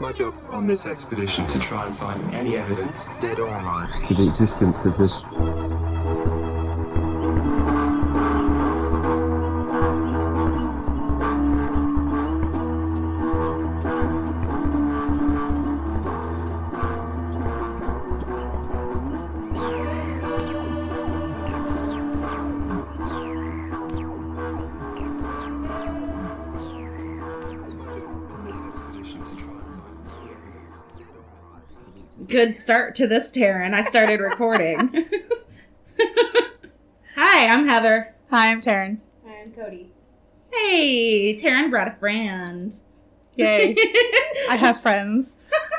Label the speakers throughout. Speaker 1: my job on this expedition to try and find any evidence, dead or alive,
Speaker 2: to the existence of this.
Speaker 3: good start to this, Taryn. I started recording. Hi, I'm Heather.
Speaker 4: Hi, I'm Taryn.
Speaker 5: Hi, I'm Cody.
Speaker 3: Hey, Taryn brought a friend.
Speaker 4: Yay. I have friends.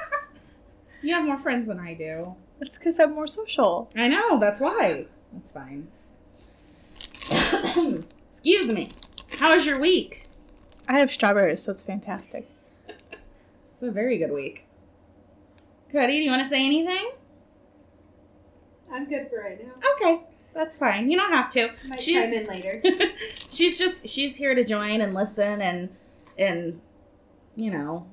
Speaker 3: You have more friends than I do.
Speaker 4: That's because I'm more social.
Speaker 3: I know, that's why. That's fine. Excuse me. How was your week?
Speaker 4: I have strawberries, so it's fantastic.
Speaker 3: It's a very good week. Cody, do you want to say anything?
Speaker 5: I'm good for right now.
Speaker 3: Okay, that's fine. You don't have to.
Speaker 5: Might
Speaker 3: She-
Speaker 5: chime in later.
Speaker 3: she's just she's here to join and listen and and you know,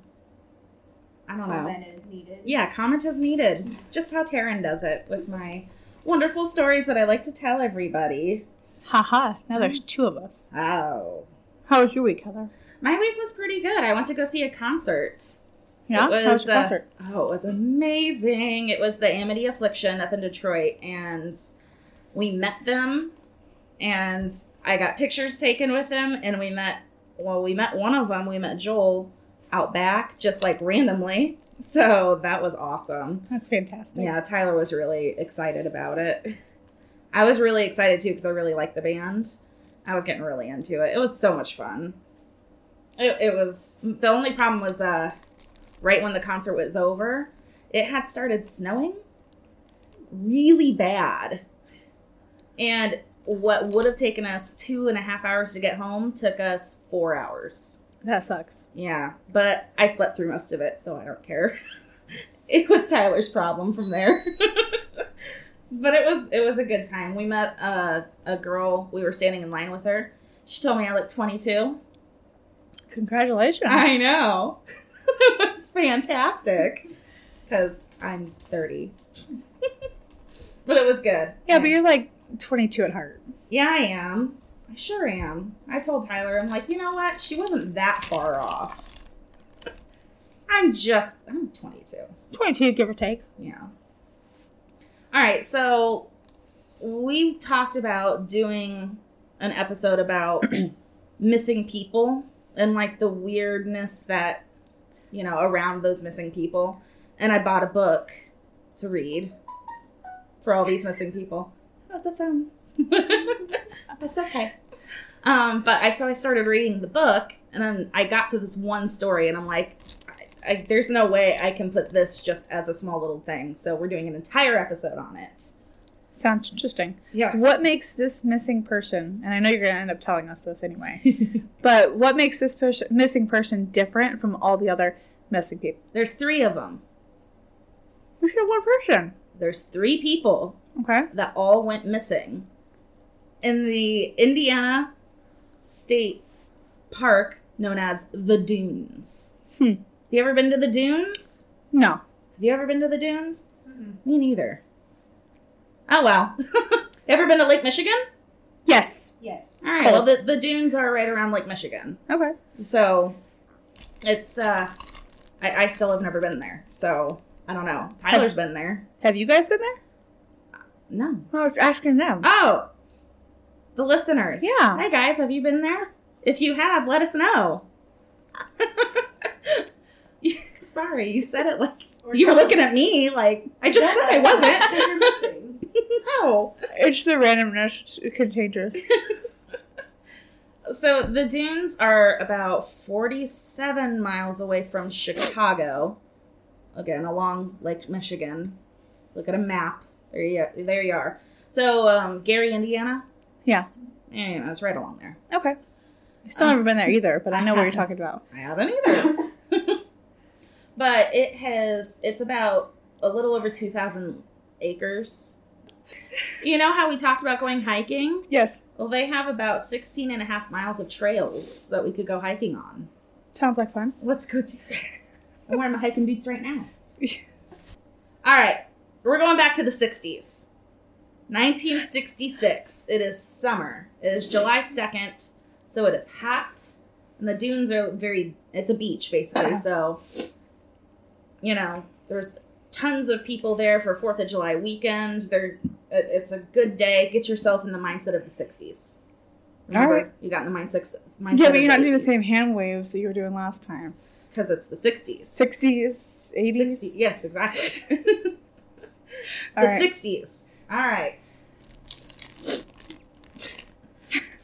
Speaker 3: I don't know.
Speaker 5: Comment is needed.
Speaker 3: Yeah, comment is needed. Just how Taryn does it with my wonderful stories that I like to tell everybody.
Speaker 4: Haha, now there's two of us.
Speaker 3: Oh.
Speaker 4: How was your week, Heather?
Speaker 3: My week was pretty good. I went to go see a concert.
Speaker 4: Yeah,
Speaker 3: It was,
Speaker 4: how was your
Speaker 3: uh,
Speaker 4: concert?
Speaker 3: Oh, it was amazing. It was the Amity Affliction up in Detroit, and we met them, and I got pictures taken with them, and we met, well, we met one of them, we met Joel out back, just like randomly. So that was awesome.
Speaker 4: That's fantastic.
Speaker 3: Yeah, Tyler was really excited about it. I was really excited too because I really liked the band. I was getting really into it. It was so much fun. It, it was the only problem was uh right when the concert was over, it had started snowing really bad. And what would have taken us two and a half hours to get home took us four hours.
Speaker 4: That sucks.
Speaker 3: Yeah, but I slept through most of it, so I don't care. it was Tyler's problem from there. but it was it was a good time. We met a a girl. We were standing in line with her. She told me I looked 22.
Speaker 4: Congratulations.
Speaker 3: I know. it was fantastic because I'm 30. but it was good.
Speaker 4: Yeah, but you're like 22 at heart.
Speaker 3: Yeah, I am. I sure am. I told Tyler, I'm like, you know what? She wasn't that far off. I'm just, I'm 22.
Speaker 4: 22, give or take.
Speaker 3: Yeah. All right, so we talked about doing an episode about missing people and like the weirdness that, you know, around those missing people. And I bought a book to read for all these missing people. That was a phone. That's okay. Um, but I so I started reading the book, and then I got to this one story, and I'm like, I, I, "There's no way I can put this just as a small little thing." So we're doing an entire episode on it.
Speaker 4: Sounds interesting.
Speaker 3: Yes.
Speaker 4: What makes this missing person, and I know you're going to end up telling us this anyway, but what makes this pers- missing person different from all the other missing people?
Speaker 3: There's three of them.
Speaker 4: We should have one person.
Speaker 3: There's three people
Speaker 4: Okay.
Speaker 3: that all went missing in the Indiana State Park known as the Dunes.
Speaker 4: Hmm.
Speaker 3: Have you ever been to the Dunes?
Speaker 4: No.
Speaker 3: Have you ever been to the dunes?
Speaker 5: Mm-mm.
Speaker 3: Me neither. Oh well. ever been to Lake Michigan?
Speaker 4: Yes.
Speaker 5: Yes.
Speaker 3: All right.
Speaker 4: cold.
Speaker 3: Well, the, the dunes are right around Lake Michigan,
Speaker 4: Okay.
Speaker 3: so it's uh, I, I still have never been there, so I don't know. Tyler's been there.
Speaker 4: Have you guys been there?
Speaker 3: No.
Speaker 4: I was asking them.
Speaker 3: Oh, the listeners.
Speaker 4: Yeah.
Speaker 3: Hi guys, have you been there? If you have, let us know. Sorry, you said it like
Speaker 5: Or
Speaker 3: you were looking at me like I just said I wasn't.
Speaker 5: You're missing.
Speaker 3: Oh.
Speaker 4: It's the randomness contagious.
Speaker 3: So the dunes are about 47 miles away from Chicago. Again, along Lake Michigan. Look at a map. There you there you are. So um, Gary, Indiana.
Speaker 4: Yeah.
Speaker 3: Yeah, you know, it's right along there.
Speaker 4: Okay. I've still never been there either, but I know what you're talking about.
Speaker 3: I haven't either. but it has it's about a little over 2,000 acres. You know how we talked about going hiking?
Speaker 4: Yes.
Speaker 3: Well, they have about 16 and a half miles of trails that we could go hiking on.
Speaker 4: Sounds like fun.
Speaker 3: Let's go do it. I'm wearing my hiking boots right now. All right, we're going back to the 60s. 1966. It is summer. It is July 2nd, so it is hot, and the dunes are very. It's a beach basically, so you know there's tons of people there for Fourth of July weekend. There, it, it's a good day. Get yourself in the mindset of the 60s.
Speaker 4: All
Speaker 3: Remember,
Speaker 4: right.
Speaker 3: you got in the mindset. mindset
Speaker 4: Yeah, but you're not doing the same hand waves that you were doing last time.
Speaker 3: because it's the 60s.
Speaker 4: 60s, 80s.
Speaker 3: 60 yes, exactly. it's
Speaker 4: All
Speaker 3: the
Speaker 4: right.
Speaker 3: 60s. All right.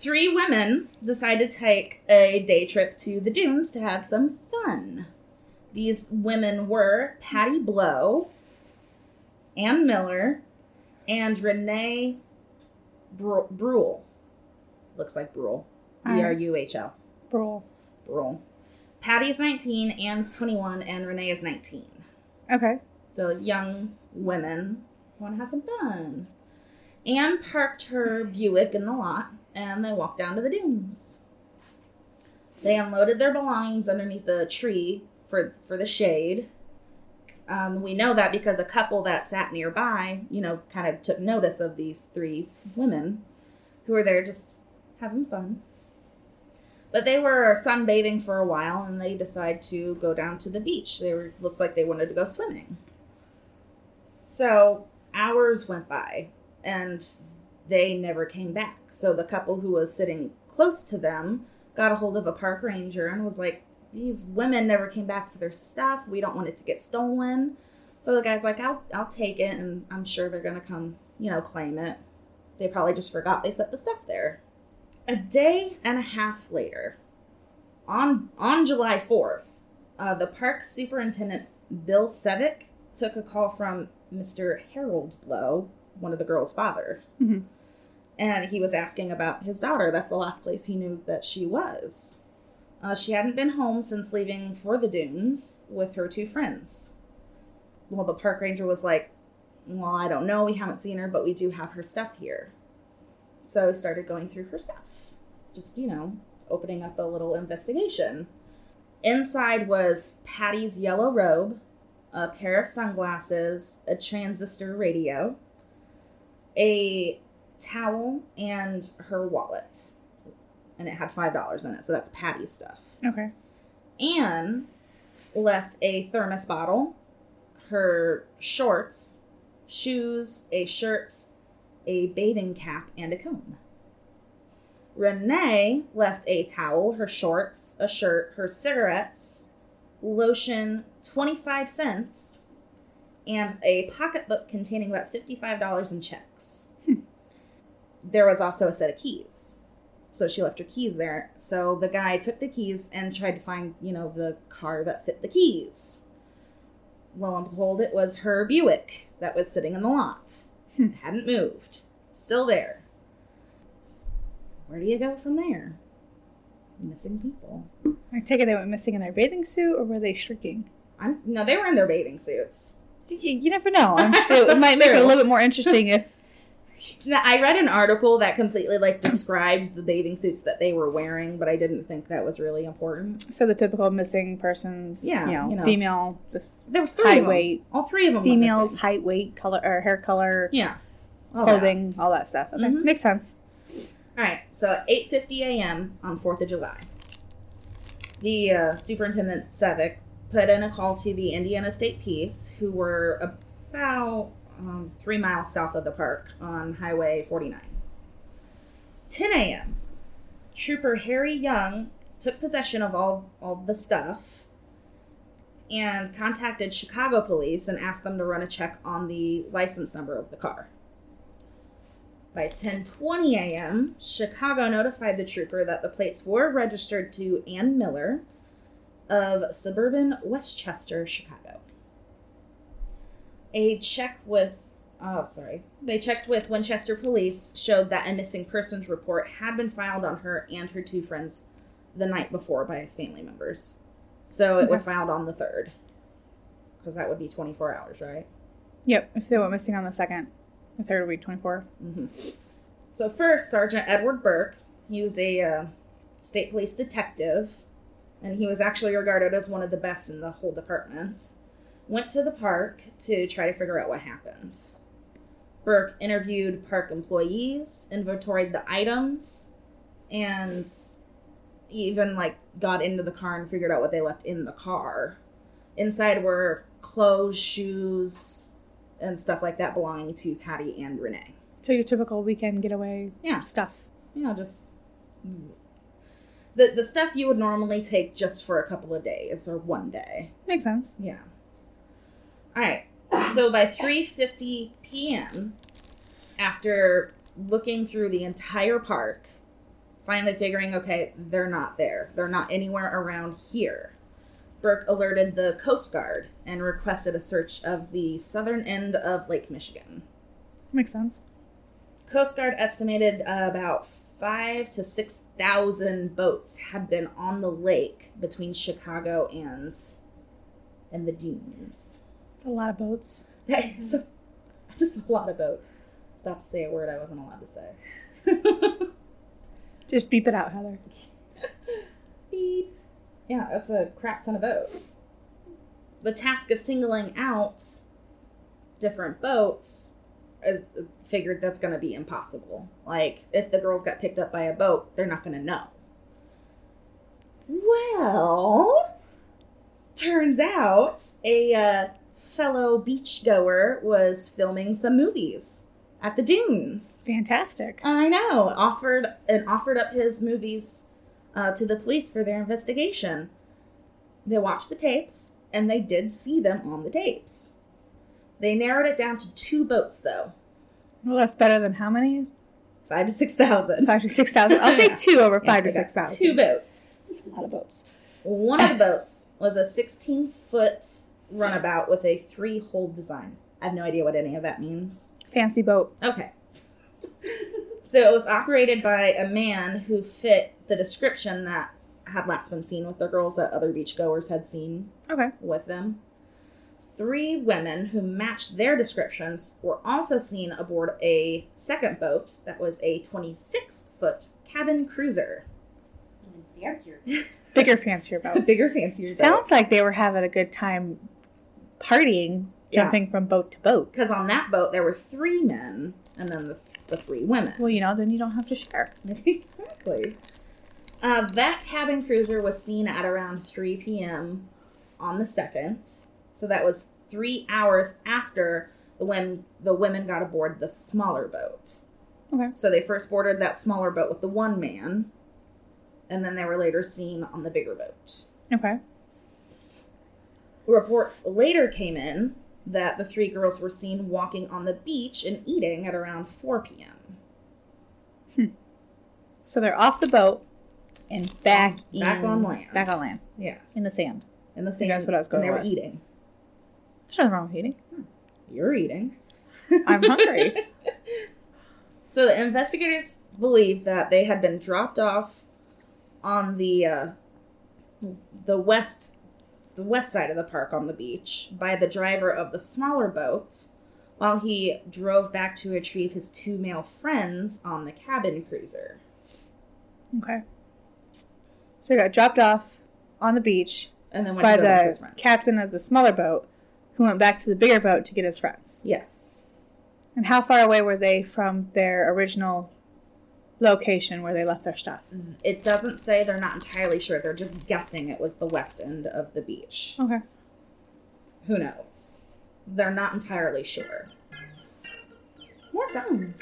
Speaker 3: Three women decide to take a day trip to the dunes to have some fun. These women were Patty Blow, Ann Miller, and Renee Bru- Bruhl. Looks like Bruhl. B
Speaker 4: All right.
Speaker 3: R U H L.
Speaker 4: Roll.
Speaker 3: Bruhl. Patty's 19, Anne's 21, and Renee is 19.
Speaker 4: Okay.
Speaker 3: So young women want to have some fun. Anne parked her Buick in the lot and they walked down to the dunes. They unloaded their belongings underneath the tree for, for the shade. Um, we know that because a couple that sat nearby, you know, kind of took notice of these three women who were there just having fun. But they were sunbathing for a while and they decided to go down to the beach. They were, looked like they wanted to go swimming. So hours went by and they never came back. So the couple who was sitting close to them got a hold of a park ranger and was like, These women never came back for their stuff. We don't want it to get stolen. So the guy's like, I'll I'll take it and I'm sure they're gonna come, you know, claim it. They probably just forgot they set the stuff there. A day and a half later, on on July 4th, uh, the park superintendent Bill Sevick took a call from Mr. Harold Blow, one of the girl's father.
Speaker 4: Mhm.
Speaker 3: And he was asking about his daughter. That's the last place he knew that she was. Uh, she hadn't been home since leaving for the dunes with her two friends. Well, the park ranger was like, Well, I don't know. We haven't seen her, but we do have her stuff here. So he started going through her stuff, just, you know, opening up a little investigation. Inside was Patty's yellow robe, a pair of sunglasses, a transistor radio, a towel, and her wallet. And it had $5 in it, so that's Patty's stuff.
Speaker 4: Okay.
Speaker 3: Anne left a thermos bottle, her shorts, shoes, a shirt, a bathing cap, and a comb. Renee left a towel, her shorts, a shirt, her cigarettes, lotion, 25 cents, and a pocketbook containing about $55 in checks. There was also a set of keys so she left her keys there. So the guy took the keys and tried to find, you know, the car that fit the keys. Lo and behold, it was her Buick that was sitting in the lot.
Speaker 4: Hmm.
Speaker 3: Hadn't moved. Still there. Where do you go from there? Missing people.
Speaker 4: I take it they went missing in their bathing suit, or were they streaking?
Speaker 3: I'm no, they were in their bathing suits.
Speaker 4: You, you never know. I'm just, it
Speaker 3: That's
Speaker 4: might make it a
Speaker 3: true.
Speaker 4: little bit more interesting if.
Speaker 3: Now, I read an article that completely like described the bathing suits that they were wearing, but I didn't think that was really important.
Speaker 4: So the typical missing persons,
Speaker 3: Yeah,
Speaker 4: you, know,
Speaker 3: you know.
Speaker 4: female, this
Speaker 3: There was three
Speaker 4: high
Speaker 3: of them.
Speaker 4: weight,
Speaker 3: All three of them. were
Speaker 4: females,
Speaker 3: missing.
Speaker 4: height, weight, color, or hair color,
Speaker 3: Yeah. All that.
Speaker 4: clothing, all that Mm-hmm. stuff. Okay,
Speaker 3: Mhm.
Speaker 4: makes sense.
Speaker 3: All right, so at 8:50 a.m. on 4th of July, the uh, superintendent Sevick put in a call to the Indiana State Police, who were about um, three miles south of the park on Highway 49. 10 a.m. Trooper Harry Young took possession of all all the stuff and contacted Chicago police and asked them to run a check on the license number of the car. By 10:20 a.m., Chicago notified the trooper that the plates were registered to Ann Miller of suburban Westchester, Chicago. A check with oh sorry, they checked with Winchester Police showed that a missing persons report had been filed on her and her two friends the night before by family members. So it was filed on the 3rd. Cuz that would be 24 hours, right?
Speaker 4: Yep, if they went missing on the second, the third week, 24.
Speaker 3: hmm So first, Sergeant Edward Burke, he was a uh, state police detective and he was actually regarded as one of the best in the whole department. Went to the park to try to figure out what happened. Burke interviewed park employees, inventoried the items, and even like got into the car and figured out what they left in the car. Inside were clothes, shoes, and stuff like that belonging to Patty and Renee.
Speaker 4: So your typical weekend getaway
Speaker 3: Yeah.
Speaker 4: stuff.
Speaker 3: You know, just the the stuff you would normally take just for a couple of days or one day.
Speaker 4: Makes sense.
Speaker 3: Yeah. All right. So by 3:50 p.m., after looking through the entire park, finally figuring, okay, they're not there. They're not anywhere around here. Burke alerted the Coast Guard and requested a search of the southern end of Lake Michigan.
Speaker 4: Makes sense.
Speaker 3: Coast Guard estimated uh, about five to six thousand boats had been on the lake between Chicago and and the dunes.
Speaker 4: It's a lot of boats.
Speaker 3: That is a, just a lot of boats. I was about to say a word I wasn't allowed to say.
Speaker 4: Just beep it out, Heather.
Speaker 3: Beep. Yeah, that's a crap ton of boats. The task of singling out different boats is figured that's going to be impossible. Like, if the girls got picked up by a boat, they're not going to know. Well, turns out a uh, fellow beachgoer was filming some movies at the dunes.
Speaker 4: Fantastic.
Speaker 3: I know. Offered and offered up his movies uh, to the police for their investigation. They watched the tapes, and they did see them on the tapes. They narrowed it down to two boats, though,
Speaker 4: Well, that's better than how many?
Speaker 3: five to six thousand.
Speaker 4: Five to six thousand. I'll say two over five to six thousand.
Speaker 3: Two boats.
Speaker 4: That's a lot of boats.
Speaker 3: One of the boats was a sixteen-foot runabout with a three-hole design. I have no idea what any of that means.
Speaker 4: Fancy boat.
Speaker 3: Okay. so it was operated by a man who fit the description that had last been seen with the girls that other beachgoers had seen
Speaker 4: Okay.
Speaker 3: with them. Three women who matched their descriptions were also seen aboard a second boat that was a 26 foot cabin cruiser.
Speaker 5: Fancier.
Speaker 4: Bigger, fancier boat.
Speaker 3: Bigger, fancier.
Speaker 4: Sounds like they were having a good time partying,
Speaker 3: Yeah.
Speaker 4: jumping from boat to boat.
Speaker 3: Because on that boat, there were three men and then the, the three women.
Speaker 4: Well, you know, then you don't have to share.
Speaker 3: exactly. Uh, that cabin cruiser was seen at around 3 p.m. on the 2nd. So that was three hours after when the women got aboard the smaller boat.
Speaker 4: Okay.
Speaker 3: So they first boarded that smaller boat with the one man, and then they were later seen on the bigger boat.
Speaker 4: Okay.
Speaker 3: Reports later came in that the three girls were seen walking on the beach and eating at around 4 p.m.
Speaker 4: So they're off the boat and back
Speaker 3: Back
Speaker 4: in-
Speaker 3: on land.
Speaker 4: Back on land
Speaker 3: Yes.
Speaker 4: in the sand.
Speaker 3: in the same.
Speaker 4: that's what I was going
Speaker 3: and they
Speaker 4: with.
Speaker 3: were eating.
Speaker 4: There's nothing wrong with eating.
Speaker 3: You're eating.
Speaker 4: I'm hungry.
Speaker 3: So the investigators believed that they had been dropped off on the uh, the west the west side of the park on the beach by the driver of the smaller boat while he drove back to retrieve his two male friends on the cabin cruiser.
Speaker 4: okay. So they got dropped off on the beach
Speaker 3: And then went
Speaker 4: by
Speaker 3: to go back to
Speaker 4: the
Speaker 3: his friends.
Speaker 4: captain of the smaller boat, who went back to the bigger boat to get his friends.
Speaker 3: yes.
Speaker 4: And how far away were they from their original location where they left their stuff?
Speaker 3: It doesn't say they're not entirely sure. They're just guessing it was the west end of the beach.
Speaker 4: Okay.
Speaker 3: Who knows? They're not entirely sure. More phone.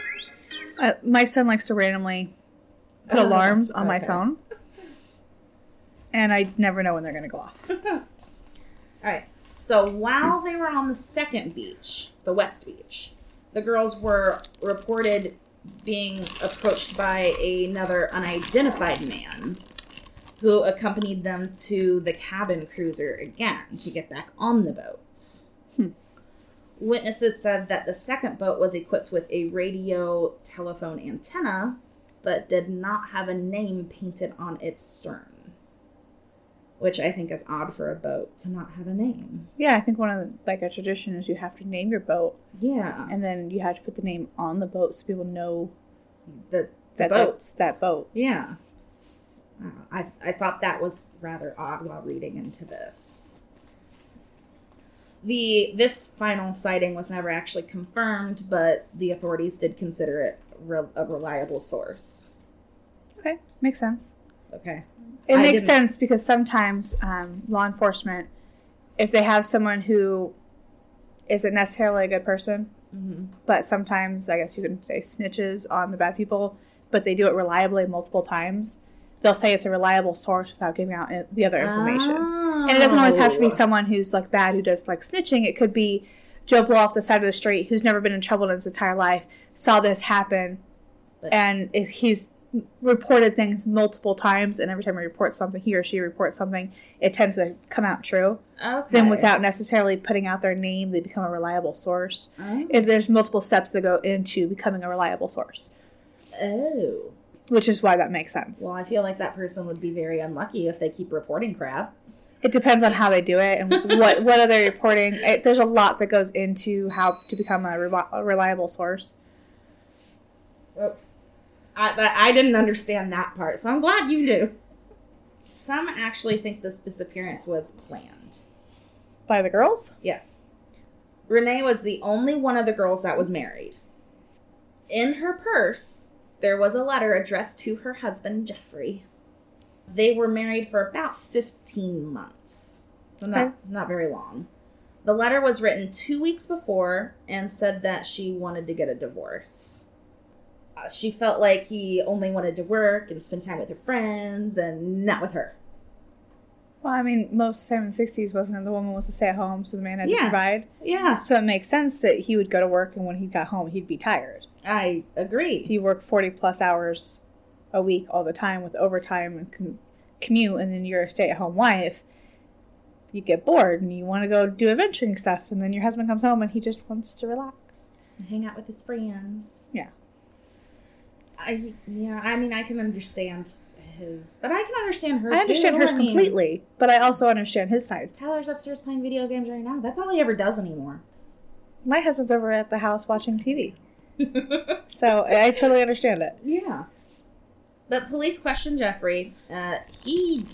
Speaker 4: Uh, my son likes to randomly put
Speaker 3: Oh,
Speaker 4: alarms on my
Speaker 3: okay.
Speaker 4: phone, and I never know when they're going to go off.
Speaker 3: All right. So while they were on the second beach, the West Beach, the girls were reported being approached by another unidentified man who accompanied them to the cabin cruiser again to get back on the boat.
Speaker 4: Hmm.
Speaker 3: Witnesses said that the second boat was equipped with a radio telephone antenna, but did not have a name painted on its stern which I think is odd for a boat to not have a name.
Speaker 4: Yeah, I think one of the, like a tradition is you have to name your boat,
Speaker 3: Yeah,
Speaker 4: and then you have to put the name on the boat so people know
Speaker 3: the the
Speaker 4: that
Speaker 3: boat.
Speaker 4: that's that boat.
Speaker 3: Yeah, I don't know. I, I thought that was rather odd while reading into this. The this final sighting was never actually confirmed, but the authorities did consider it re- a reliable source.
Speaker 4: Okay, makes sense.
Speaker 3: Okay.
Speaker 4: It
Speaker 3: I
Speaker 4: makes
Speaker 3: didn't-
Speaker 4: sense because sometimes um, law enforcement, if they have someone who isn't necessarily a good person,
Speaker 3: Mm-hmm.
Speaker 4: but sometimes I guess you can say snitches on the bad people, but they do it reliably multiple times. They'll say it's a reliable source without giving out i- the other information.
Speaker 3: Oh.
Speaker 4: And it doesn't always have to be someone who's like bad who does like snitching. It could be Joe Blow off the side of the street who's never been in trouble in his entire life, saw this happen,
Speaker 3: But-
Speaker 4: and if he's reported things multiple times. And every time he reports something, he or she reports something, it tends to come out true.
Speaker 3: Okay.
Speaker 4: Then, without necessarily putting out their name, they become a reliable source.
Speaker 3: Oh.
Speaker 4: If there's multiple steps that go into becoming a reliable source,
Speaker 3: oh.
Speaker 4: which is why that makes sense.
Speaker 3: Well, I feel like that person would be very unlucky if they keep reporting crap.
Speaker 4: It depends on how they do it and what what are they reporting. It, there's a lot that goes into how to become a, re- a reliable source.
Speaker 3: I, that, I didn't understand that part, so I'm glad you do. Some actually think this disappearance was planned.
Speaker 4: By the girls,
Speaker 3: Yes. Renee was the only one of the girls that was married. In her purse, there was a letter addressed to her husband, Jeffrey. They were married for about 15 months. So not,
Speaker 4: Okay.
Speaker 3: not very long. The letter was written two weeks before and said that she wanted to get a divorce. Uh, she felt like he only wanted to work and spend time with her friends and not with her.
Speaker 4: well, I mean, most of the time in the '60s, wasn't it? The woman was to stay at home, so the man had
Speaker 3: Yeah.
Speaker 4: to provide.
Speaker 3: Yeah,
Speaker 4: So it makes sense that he would go to work, and when he got home, he'd be tired.
Speaker 3: I agree.
Speaker 4: If you work 40 plus hours a week all the time with overtime and com- commute, and then you're a stay at home wife, you get bored and you want to go do adventuring stuff. And then your husband comes home and he just wants to relax.
Speaker 3: and hang out with his friends.
Speaker 4: Yeah.
Speaker 3: I yeah, I mean I can understand his but I can understand her
Speaker 4: I understand
Speaker 3: too.
Speaker 4: hers
Speaker 3: I mean,
Speaker 4: completely, but I also understand his side.
Speaker 3: Tyler's upstairs playing video games right now. That's all he ever does anymore.
Speaker 4: My husband's over at the house watching TV. So I totally understand it.
Speaker 3: yeah. But police questioned Jeffrey. Uh, he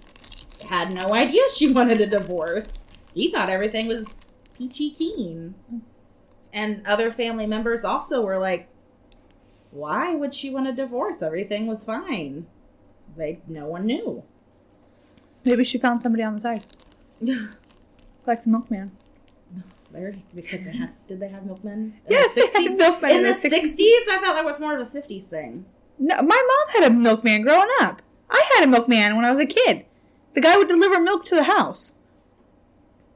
Speaker 3: had no idea she wanted a divorce. He thought everything was peachy keen. And other family members also were like, why would she want a divorce? Everything was fine. They no one knew.
Speaker 4: Maybe she found somebody on the side, like the milkman.
Speaker 3: There, because they had did they have milkmen? In
Speaker 4: yes,
Speaker 3: the 60s?
Speaker 4: they had a milkman
Speaker 3: in the
Speaker 4: 60s.
Speaker 3: sixties. I thought that was more of a fifties thing.
Speaker 4: No, my mom had a milkman growing up. I had a milkman when I was a kid. The guy would deliver milk to the house.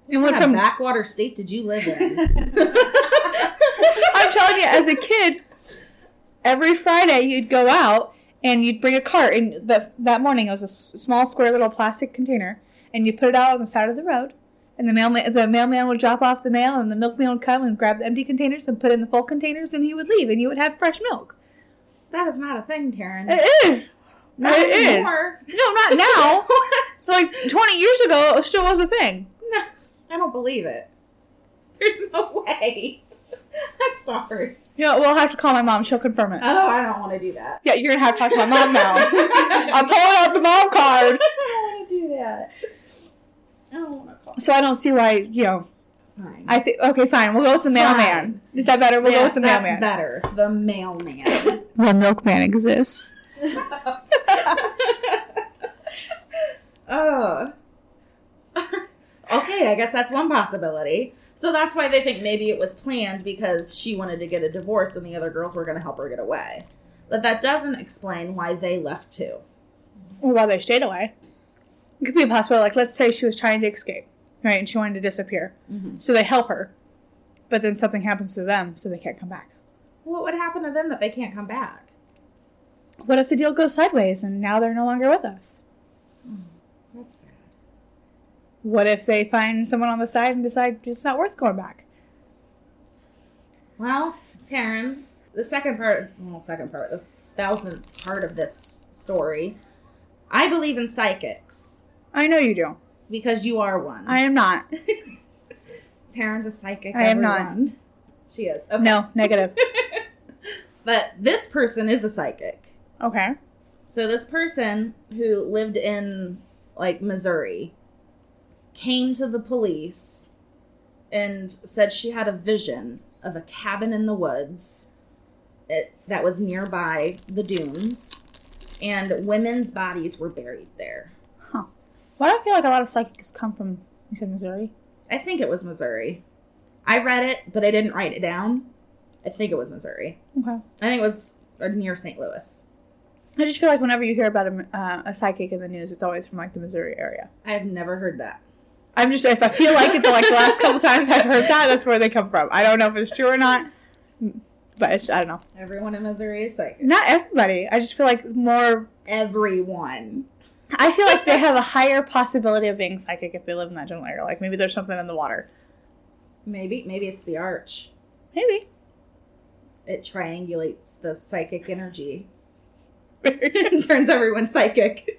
Speaker 4: And
Speaker 3: What
Speaker 4: went
Speaker 3: kind of
Speaker 4: from
Speaker 3: backwater state did you live in?
Speaker 4: I'm telling you, as a kid, every Friday you'd go out and you'd bring a cart. And the, that morning it was a s- small, square little plastic container, and you put it out on the side of the road. And the mailman, the mailman would drop off the mail, and the milkman would come and grab the empty containers and put in the full containers, and he would leave, and you would have fresh milk.
Speaker 3: that is not a thing, Taryn.
Speaker 4: It is.
Speaker 3: Not
Speaker 4: it is.
Speaker 3: anymore.
Speaker 4: No, not now. like 20 years ago, it still was a thing.
Speaker 3: No, I don't believe it. There's no way. I'm sorry.
Speaker 4: You know, we'll have to call my mom. She'll confirm it.
Speaker 3: Oh, I don't want to do that.
Speaker 4: yeah, you're gonna have to talk to my mom now.
Speaker 3: I
Speaker 4: I'm pulling out the mom card.
Speaker 3: don't want to do that. I don't want to call.
Speaker 4: So I don't see why. You know,
Speaker 3: Fine.
Speaker 4: I think okay, fine. We'll go with the mailman. Is that better? We'll
Speaker 3: yes,
Speaker 4: go with the
Speaker 3: that's
Speaker 4: mailman.
Speaker 3: better. The mailman.
Speaker 4: The milkman exists.
Speaker 3: oh. okay, I guess that's one possibility. So that's why they think maybe it was planned because she wanted to get a divorce and the other girls were going to help her get away. But that doesn't explain why they left too.
Speaker 4: Well, while they stayed away, it could be possible. Like, let's say she was trying to escape, right, and she wanted to disappear.
Speaker 3: Mhm.
Speaker 4: So they help her, but then something happens to them, so they can't come back.
Speaker 3: What would happen to them that they can't come back?
Speaker 4: What if the deal goes sideways and now they're no longer with us?
Speaker 3: That's sad.
Speaker 4: What if they find someone on the side and decide it's not worth going back?
Speaker 3: Well, Taryn, the second part, well, second part, the thousandth part of this story, I believe in psychics
Speaker 4: I know you do.
Speaker 3: because you are one.
Speaker 4: I am not.
Speaker 3: Taryn's a psychic.
Speaker 4: I am not.
Speaker 3: everyone. She is. Okay.
Speaker 4: No, negative.
Speaker 3: But this person is a psychic.
Speaker 4: Okay.
Speaker 3: So this person who lived in like Missouri came to the police and said she had a vision of a cabin in the woods it, that was nearby the dunes and women's bodies were buried there.
Speaker 4: Why do I feel like a lot of psychics come from, you said Missouri?
Speaker 3: I think it was Missouri. I read it, but I didn't write it down. I think it was Missouri.
Speaker 4: Okay.
Speaker 3: I think it was uh, near St. Louis.
Speaker 4: I just feel like whenever you hear about a, uh, a psychic in the news, it's always from like the Missouri area.
Speaker 3: I have never heard that.
Speaker 4: I'm just if I feel like it the like the last couple times I've heard that, that's where they come from. I don't know if it's true or not, but it's, I don't know.
Speaker 3: Everyone in Missouri is psychic.
Speaker 4: Not everybody. I just feel like more.
Speaker 3: Everyone.
Speaker 4: I feel like they have a higher possibility of being psychic if they live in that general area. Like maybe there's something in the water.
Speaker 3: Maybe maybe it's the arch.
Speaker 4: Maybe.
Speaker 3: It triangulates the psychic energy. and turns everyone psychic.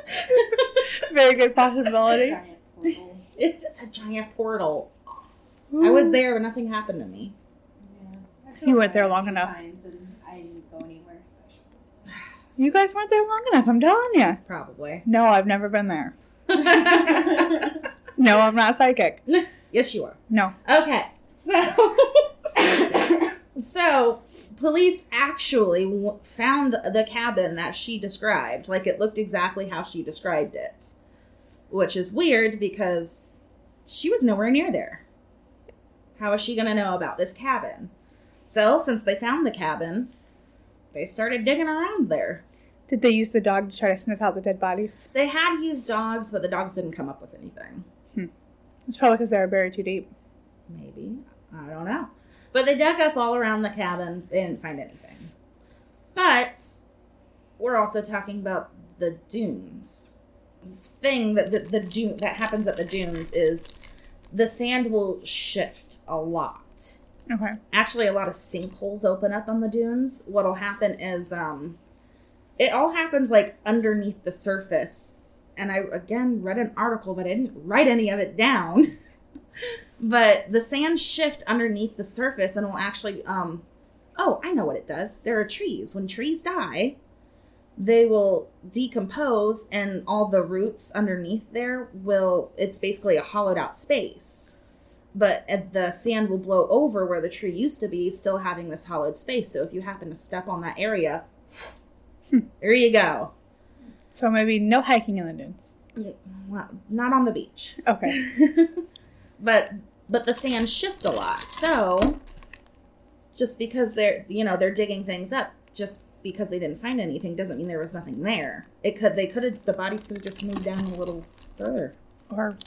Speaker 4: Very good possibility.
Speaker 5: Giant portal.
Speaker 3: it's a giant portal. I was there, but nothing happened to me.
Speaker 5: Yeah. I've
Speaker 4: You weren't
Speaker 5: gone
Speaker 4: there
Speaker 5: a
Speaker 4: long
Speaker 5: few
Speaker 4: enough.
Speaker 5: Times and I didn't go anywhere special.
Speaker 4: You guys weren't there long enough. I'm telling you.
Speaker 3: Probably.
Speaker 4: No, I've never been there.
Speaker 3: yes,
Speaker 4: No, I'm not psychic.
Speaker 3: you are.
Speaker 4: No.
Speaker 3: Okay, so so police actually w- found the cabin that she described. Like it looked exactly how she described it, which is weird because she was nowhere near there. How is she going to know about this cabin? So since they found the cabin, they started digging around there.
Speaker 4: Did they use the dog to try to sniff out the dead bodies?
Speaker 3: They had used dogs, but the dogs didn't come up with anything.
Speaker 4: It's probably because they were buried too deep.
Speaker 3: Maybe. I don't know. But they dug up all around the cabin. They didn't find anything. But we're also talking about the dunes. Thing that the, the dune that happens at the dunes is the sand will shift a lot
Speaker 4: Okay.
Speaker 3: actually a lot of sinkholes open up on the dunes what'll happen is um it all happens like underneath the surface and i again read an article but i didn't write any of it down but the sand shift underneath the surface and will actually um oh i know what it does there are trees when trees die they will decompose and all the roots underneath there will it's basically a hollowed out space but at the sand will blow over where the tree used to be, still having this hollowed space. So if you happen to step on that area, there you go.
Speaker 4: So maybe no hiking in the dunes.
Speaker 3: Well, Not on the beach,
Speaker 4: Okay.
Speaker 3: but but the sand shift a lot. So just because they're you know they're digging things up, just because they didn't find anything doesn't mean there was nothing there. It could they could have the bodies could have just moved down a little further.
Speaker 4: Or,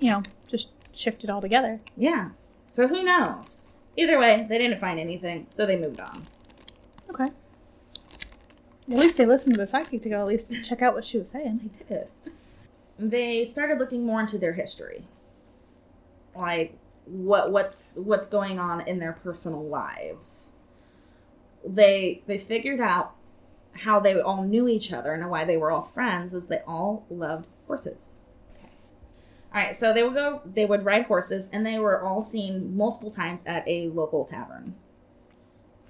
Speaker 4: you know, just shift it all together.
Speaker 3: Yeah. So who knows? Either way, they didn't find anything, so they moved on.
Speaker 4: Okay. At least they listened to the psychic to go at least check out what she was saying.
Speaker 3: They did. They started looking more into their history. Like what what's what's going on in their personal lives. They they figured out how they all knew each other and why they were all friends was they all loved horses. All right, so they would go they would ride horses and they were all seen multiple times at a local tavern.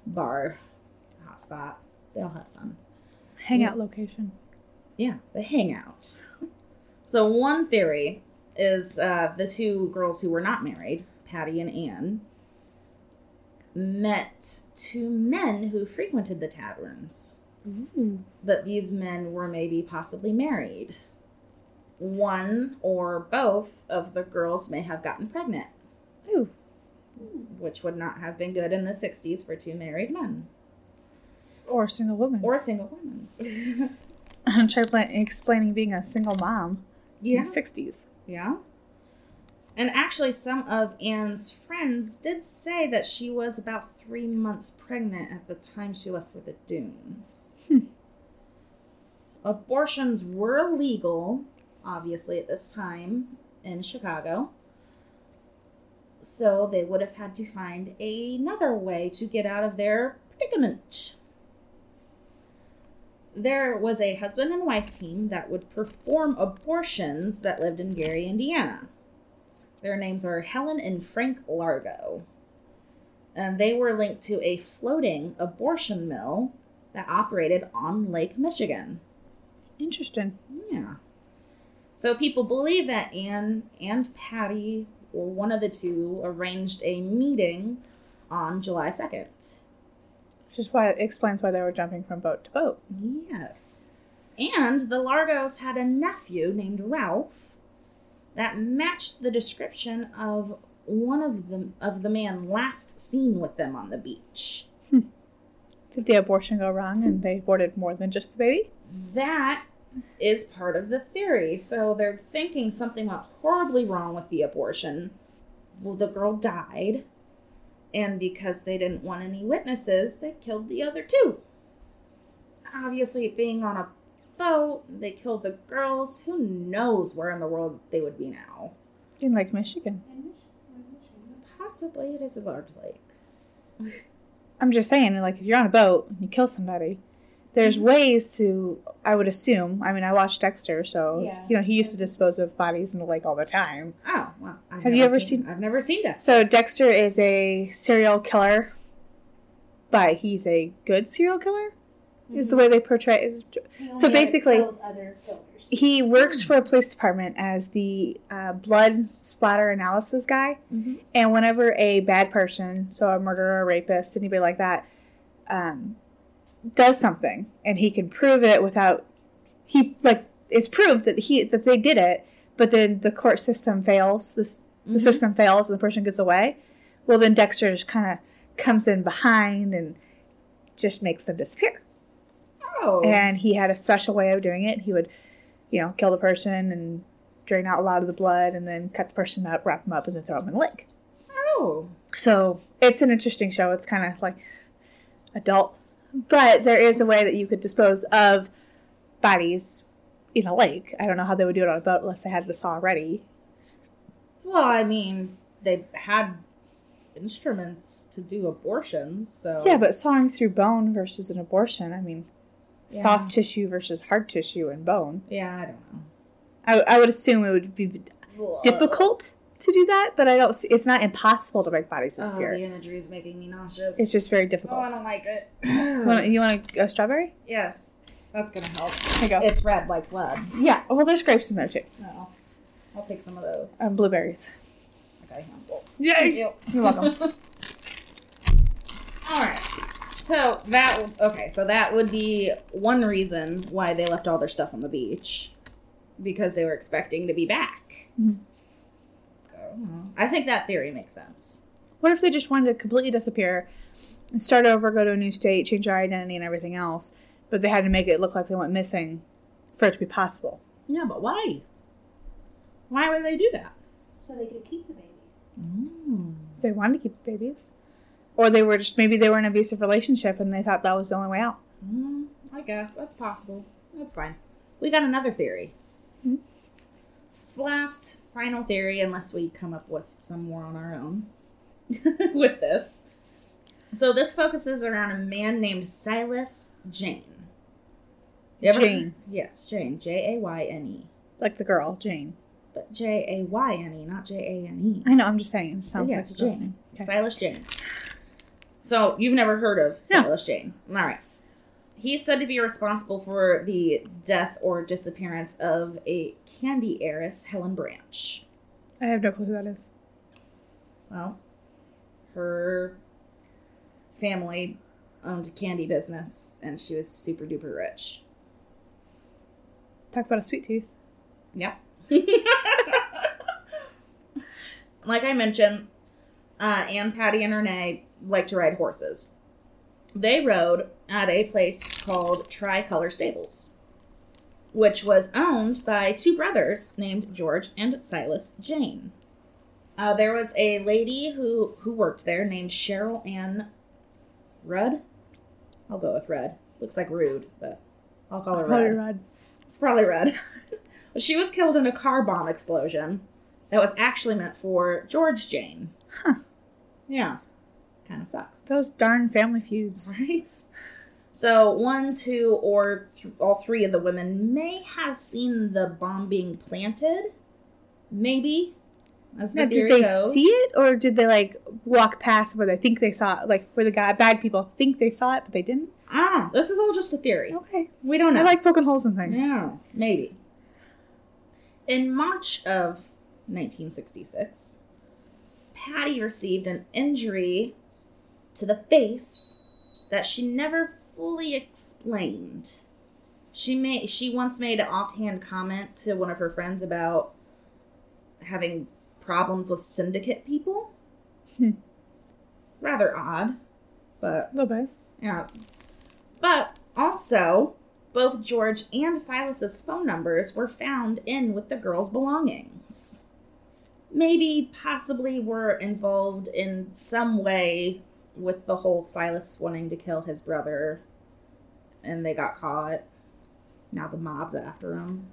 Speaker 3: Bar, hot spot. They all had fun.
Speaker 4: Hangout location.
Speaker 3: Yeah, they hang out. So one theory is uh, the two girls who were not married, Patty and Anne, met two men who frequented the taverns.
Speaker 4: Ooh.
Speaker 3: That these men were maybe possibly married. One or both of the girls may have gotten pregnant,
Speaker 4: Ooh.
Speaker 3: which would not have been good in the 60s for two married men
Speaker 4: Or a single woman.
Speaker 3: or a single woman.
Speaker 4: I'm trying to plan- explaining being a single mom
Speaker 3: yeah.
Speaker 4: in the 60s.
Speaker 3: Yeah. And actually, some of Anne's friends did say that she was about three months pregnant at the time she left for the dunes.
Speaker 4: Hmm.
Speaker 3: Abortions were legal, obviously, at this time in Chicago. So they would have had to find another way to get out of their predicament. There was a husband and wife team that would perform abortions that lived in Gary, Indiana. Their names are Helen and Frank Largo. And they were linked to a floating abortion mill that operated on Lake Michigan.
Speaker 4: Interesting.
Speaker 3: Yeah. So people believe that Anne and Patty, or one of the two, arranged a meeting on July 2nd.
Speaker 4: Which is why it explains why they were jumping from boat to boat.
Speaker 3: Yes. And the Largos had a nephew named Ralph that matched the description of one of them of the man last seen with them on the beach.
Speaker 4: Did the abortion go wrong and they aborted more than just the baby?
Speaker 3: That is part of the theory. So they're thinking something went horribly wrong with the abortion. Well, the girl died, and because they didn't want any witnesses, they killed the other two. Obviously, being on a boat, they killed the girls. Who knows where in the world they would be now?
Speaker 4: In Lake Michigan.
Speaker 5: And Mich- and Michigan.
Speaker 3: Possibly it is a large lake.
Speaker 4: I'm just saying, like, if you're on a boat and you kill somebody, there's ways to, I would assume. I mean, I watched Dexter, so,
Speaker 5: Yeah.
Speaker 4: you know, he used to dispose of bodies in the lake all the time.
Speaker 3: Oh, well. I've
Speaker 4: Have you
Speaker 3: never
Speaker 4: ever seen-
Speaker 3: I've never seen that.
Speaker 4: So, Dexter is a serial killer, but he's a good serial killer, is the
Speaker 5: Mm-hmm.
Speaker 4: way they portray it.
Speaker 5: He
Speaker 4: so
Speaker 5: only other-
Speaker 4: basically-
Speaker 5: kills other killers.
Speaker 4: He works for a police department as the uh, blood splatter analysis guy.
Speaker 3: Mhm.
Speaker 4: And whenever a bad person, so a murderer, a rapist, anybody like that, um, does something and he can prove it without he like it's proved that he that they did it, but then the court system fails. This the
Speaker 3: Mhm.
Speaker 4: system fails and the person gets away. Well, then Dexter just kind of comes in behind and just makes them disappear.
Speaker 3: Oh.
Speaker 4: And he had a special way of doing it. He would, you know, kill the person and drain out a lot of the blood and then cut the person up, wrap them up, and then throw them in the lake.
Speaker 3: oh.
Speaker 4: So it's an interesting show. It's kind of like adult, but there is a way that you could dispose of bodies in a lake. I don't know how they would do it on a boat unless they had the saw ready.
Speaker 3: Well, I mean, they had instruments to do abortions, so
Speaker 4: Yeah, but sawing through bone versus an abortion. I mean,
Speaker 3: Yeah.
Speaker 4: soft tissue versus hard tissue and bone.
Speaker 3: yeah, I don't
Speaker 4: I, I would assume it would be
Speaker 3: know.
Speaker 4: difficult to do that, but I don't. See, it's not impossible to make bodies
Speaker 3: Oh,
Speaker 4: disappear.
Speaker 3: the imagery is making me nauseous.
Speaker 4: It's just very
Speaker 3: oh, I
Speaker 4: difficult.
Speaker 3: don't like it.
Speaker 4: Wanna- you want a, a strawberry?
Speaker 3: yes, that's gonna help.
Speaker 4: Here you go.
Speaker 3: It's red like blood.
Speaker 4: yeah. Well, there's grapes in there too.
Speaker 3: No, I'll take some of those.
Speaker 4: Um, blueberries.
Speaker 3: I got a handful.
Speaker 4: Yeah.
Speaker 3: Thank you.
Speaker 4: You're welcome.
Speaker 3: All right. So that okay. So that would be one reason why they left all their stuff on the beach, because they were expecting to be back.
Speaker 4: Mhm.
Speaker 3: Oh, I think that theory makes sense.
Speaker 4: What if they just wanted to completely disappear and start over, go to a new state, change their identity and everything else, but they had to make it look like they went missing for it to be possible?
Speaker 3: Yeah, but why? Why would they do that?
Speaker 5: so they could keep the babies.
Speaker 3: Mm.
Speaker 4: If they wanted to keep the babies. Or they were just, maybe they were in an abusive relationship and they thought that was the only way out.
Speaker 3: Mm, I guess that's possible. That's fine. We got another theory.
Speaker 4: Mhm.
Speaker 3: Last final theory, unless we come up with some more on our own with this. So this focuses around a man named Silas Jane. You ever-
Speaker 4: Jane.
Speaker 3: Yes, Jane. J A Y N E.
Speaker 4: Like the girl, Jane.
Speaker 3: But J A Y N E, not J A N E.
Speaker 4: I know, I'm just saying. It sounds
Speaker 3: Yeah,
Speaker 4: like
Speaker 3: it's
Speaker 4: the girl's
Speaker 3: Jane.
Speaker 4: name. Okay.
Speaker 3: Silas Jane. So you've never heard of
Speaker 4: No.
Speaker 3: Silas Jane. All right. He's said to be responsible for the death or disappearance of a candy heiress, Helen Branch.
Speaker 4: I have no clue who that is.
Speaker 3: Well, her family owned a candy business and she was super duper rich.
Speaker 4: Talk about a sweet tooth.
Speaker 3: Yep. like I mentioned, uh, Anne, Patty, and Renee like to ride horses. They rode at a place called Tricolor Stables, which was owned by two brothers named George and Silas Jane. Uh, there was a lady who, who worked there named Cheryl Ann Rudd. I'll go with Rudd. Looks like rude, but I'll call her
Speaker 4: Probably
Speaker 3: Rudd.
Speaker 4: Rod.
Speaker 3: It's probably red. she was killed in a car bomb explosion that was actually meant for George Jane.
Speaker 4: Huh.
Speaker 3: Yeah. Kind of sucks.
Speaker 4: Those darn family feuds.
Speaker 3: Right? So, one, two, or th- all three of the women may have seen the bomb being planted. Maybe. as the
Speaker 4: Now, did
Speaker 3: theory
Speaker 4: they
Speaker 3: goes.
Speaker 4: see it, or did they like walk past where they think they saw it, like where the guy, bad people think they saw it, but they didn't?
Speaker 3: I don't know. This is all just a theory.
Speaker 4: Okay,
Speaker 3: We don't know.
Speaker 4: I like poking holes in things.
Speaker 3: Yeah, maybe. In March of 1966, Patty received an injury to the face that she never fully explained. She made she once made an offhand comment to one of her friends about having problems with syndicate people.
Speaker 4: Hmm.
Speaker 3: Rather odd, but
Speaker 4: A little bit.
Speaker 3: Yes. But also, both George and Silas's phone numbers were found in with the girls' belongings. Maybe, possibly, were involved in some way with the whole Silas wanting to kill his brother, and they got caught. Now the mob's after him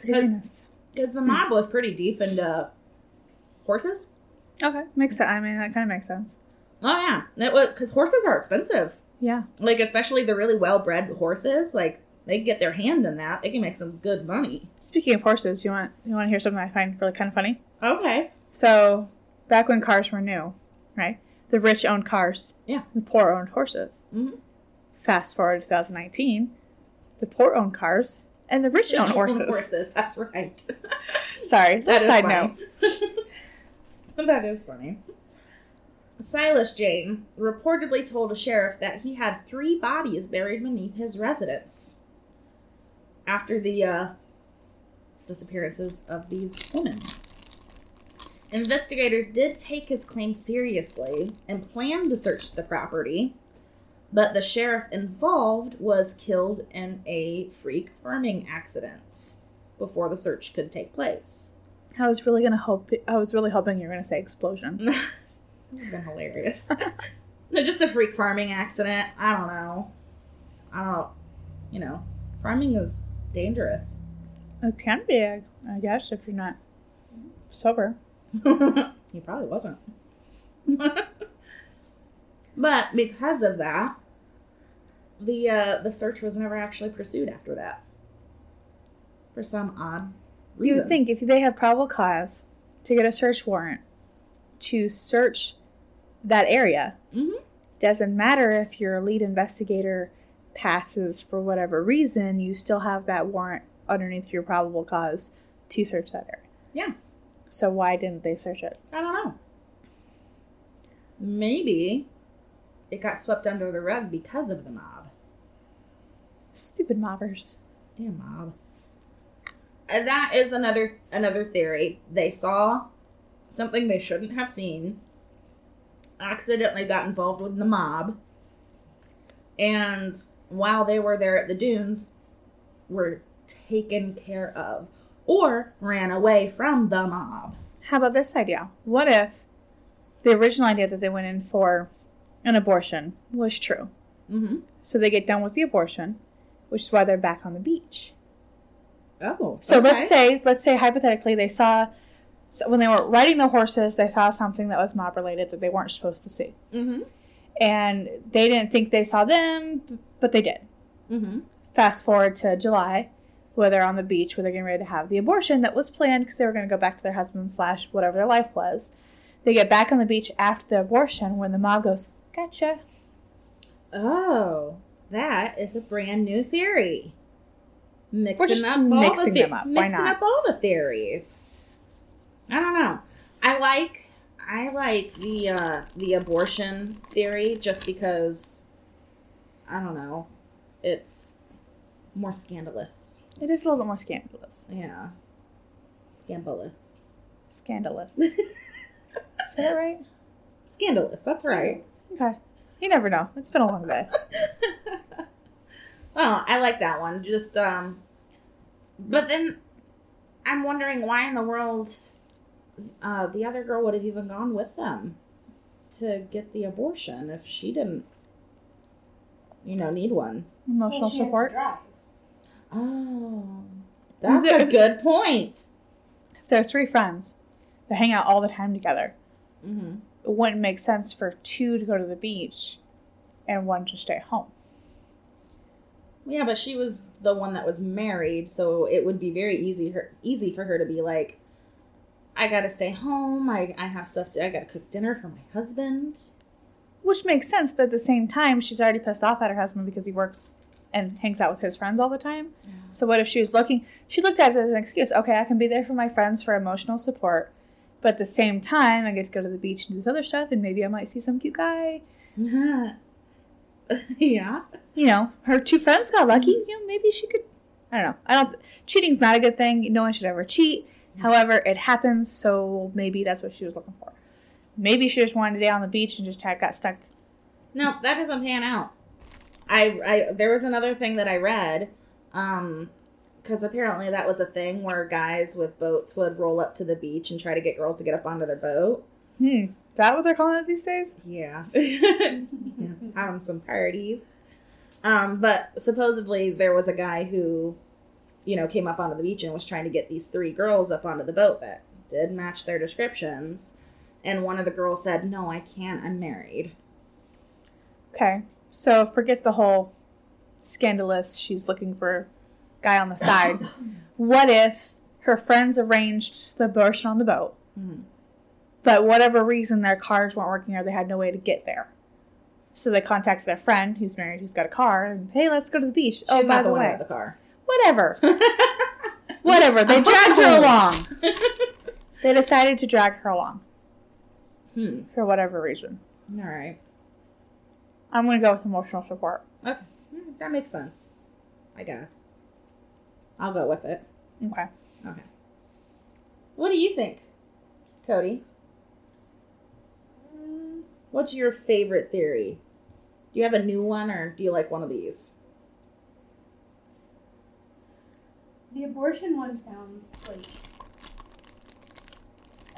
Speaker 4: Craziness.
Speaker 3: because the mob was pretty deep into horses.
Speaker 4: Okay, makes sense. I mean, that kind of makes sense.
Speaker 3: Oh yeah, it was because horses are expensive.
Speaker 4: Yeah.
Speaker 3: like especially the really well bred horses like they get their hand in that they can make some good money
Speaker 4: Speaking of horses, you want you want to hear something I find really kind of funny?
Speaker 3: okay
Speaker 4: So, back when cars were new, right? The rich owned cars.
Speaker 3: Yeah.
Speaker 4: The poor owned horses.
Speaker 3: Mhm.
Speaker 4: Fast forward to 2019, the poor owned cars and the rich owned horses.
Speaker 3: horses that's right
Speaker 4: Sorry,
Speaker 3: That is
Speaker 4: side
Speaker 3: funny.
Speaker 4: note.
Speaker 3: that is funny silas jane reportedly told a sheriff that he had three bodies buried beneath his residence after the uh, disappearances of these women Investigators did take his claim seriously and planned to search the property, but the sheriff involved was killed in a freak farming accident before the search could take place.
Speaker 4: I was really gonna hope. I was really hoping you were gonna say explosion.
Speaker 3: that would have been hilarious. no, just a freak farming accident. I don't know. I don't, you know, farming is dangerous. Mm-hmm.
Speaker 4: It can be, I I guess, if you're not sober.
Speaker 3: he probably wasn't. but because of that, the uh, the search was never actually pursued after that. For some odd reason.
Speaker 4: You would think if they have probable cause to get a search warrant to search that area,
Speaker 3: Mhm.
Speaker 4: doesn't matter if your lead investigator passes for whatever reason, you still have that warrant underneath your probable cause to search that area.
Speaker 3: Yeah.
Speaker 4: So why didn't they search it?
Speaker 3: I don't know. Maybe it got swept under the rug because of the mob.
Speaker 4: Stupid mobbers.
Speaker 3: Damn mob. And that is another another theory. They saw something they shouldn't have seen. Accidentally got involved with the mob. And while they were there at the dunes, were taken care of or ran away from the mob.
Speaker 4: How about this idea? What if the original idea that they went in for an abortion was true?
Speaker 3: Mm-hmm.
Speaker 4: So they get done with the abortion, which is why they're back on the beach.
Speaker 3: Oh.
Speaker 4: So
Speaker 3: okay.
Speaker 4: let's say, let's say hypothetically, they saw so when they were riding their horses, they saw something that was mob related that they weren't supposed to see,
Speaker 3: Mm-hmm.
Speaker 4: and they didn't think they saw them, but they did.
Speaker 3: Mm-hmm.
Speaker 4: Fast forward to July, where they're on the beach, where they're getting ready to have the abortion that was planned because they were going to go back to their husband slash whatever their life was. They get back on the beach after the abortion when the mob goes, "Gotcha."
Speaker 3: Oh, that is a brand new theory. Mixing
Speaker 4: just
Speaker 3: up all
Speaker 4: mixing
Speaker 3: the the-
Speaker 4: them up. Why
Speaker 3: Mixing
Speaker 4: not?
Speaker 3: up all the theories. I don't know. I like I like the uh, the abortion theory just because I don't know. It's more scandalous.
Speaker 4: It is a little bit more scandalous.
Speaker 3: Yeah. Scandalous.
Speaker 4: Scandalous. is that right?
Speaker 3: Scandalous, that's right.
Speaker 4: Okay. You never know. It's been a long day.
Speaker 3: Oh, I like that one. Just um but then I'm wondering why in the world uh the other girl would have even gone with them to get the abortion if she didn't you know need one.
Speaker 4: Emotional
Speaker 5: Well, she has to
Speaker 4: support.
Speaker 5: drive.
Speaker 3: Oh. That's a good point.
Speaker 4: If they're three friends that hang out all the time together,
Speaker 3: Mhm.
Speaker 4: it wouldn't make sense for two to go to the beach and one to stay home.
Speaker 3: Yeah, but she was the one that was married, so it would be very easy her easy for her to be like I gotta stay home. I, I have stuff to, I gotta cook dinner for my husband.
Speaker 4: Which makes sense, but at the same time, she's already pissed off at her husband because he works and hangs out with his friends all the time. So what if she was looking? She looked at it as an excuse. Okay, I can be there for my friends for emotional support, but at the same time, I get to go to the beach and do this other stuff, and maybe I might see some cute guy.
Speaker 3: yeah.
Speaker 4: You know, her two friends got lucky. You know, maybe she could. I don't know. I don't. Cheating's not a good thing. No one should ever cheat. However, it happens, so maybe that's what she was looking for. Maybe she just wanted a day on the beach and just had, got stuck.
Speaker 3: No, that doesn't pan out. I, I there was another thing that I read, um, because apparently that was a thing where guys with boats would roll up to the beach and try to get girls to get up onto their boat.
Speaker 4: Hmm. Is that what they're calling it these days?
Speaker 3: Yeah. yeah. Having some parties. Um, but supposedly there was a guy who, you know, came up onto the beach and was trying to get these three girls up onto the boat that did match their descriptions. And one of the girls said, No, I can't, I'm married.
Speaker 4: Okay. So forget the whole scandalous. She's looking for a guy on the side. what if her friends arranged the abortion on the boat,
Speaker 3: Mhm.
Speaker 4: but whatever reason their cars weren't working or they had no way to get there. So they contacted their friend who's married, who's got a car, and hey, let's go to the beach.
Speaker 3: She's
Speaker 4: oh,
Speaker 3: not
Speaker 4: by
Speaker 3: the
Speaker 4: the
Speaker 3: one out
Speaker 4: way,
Speaker 3: of the car.
Speaker 4: whatever, whatever. They dragged her along. They decided to drag her along
Speaker 3: Hmm.
Speaker 4: for whatever reason.
Speaker 3: All right.
Speaker 4: I'm gonna go with emotional support.
Speaker 3: Okay. Hmm, That makes sense. I guess. I'll go with it.
Speaker 4: Okay.
Speaker 3: Okay. What do you think, Cody?
Speaker 5: Mm,
Speaker 3: What's your favorite theory? Do you have a new one or do you like one of these?
Speaker 5: the abortion one sounds like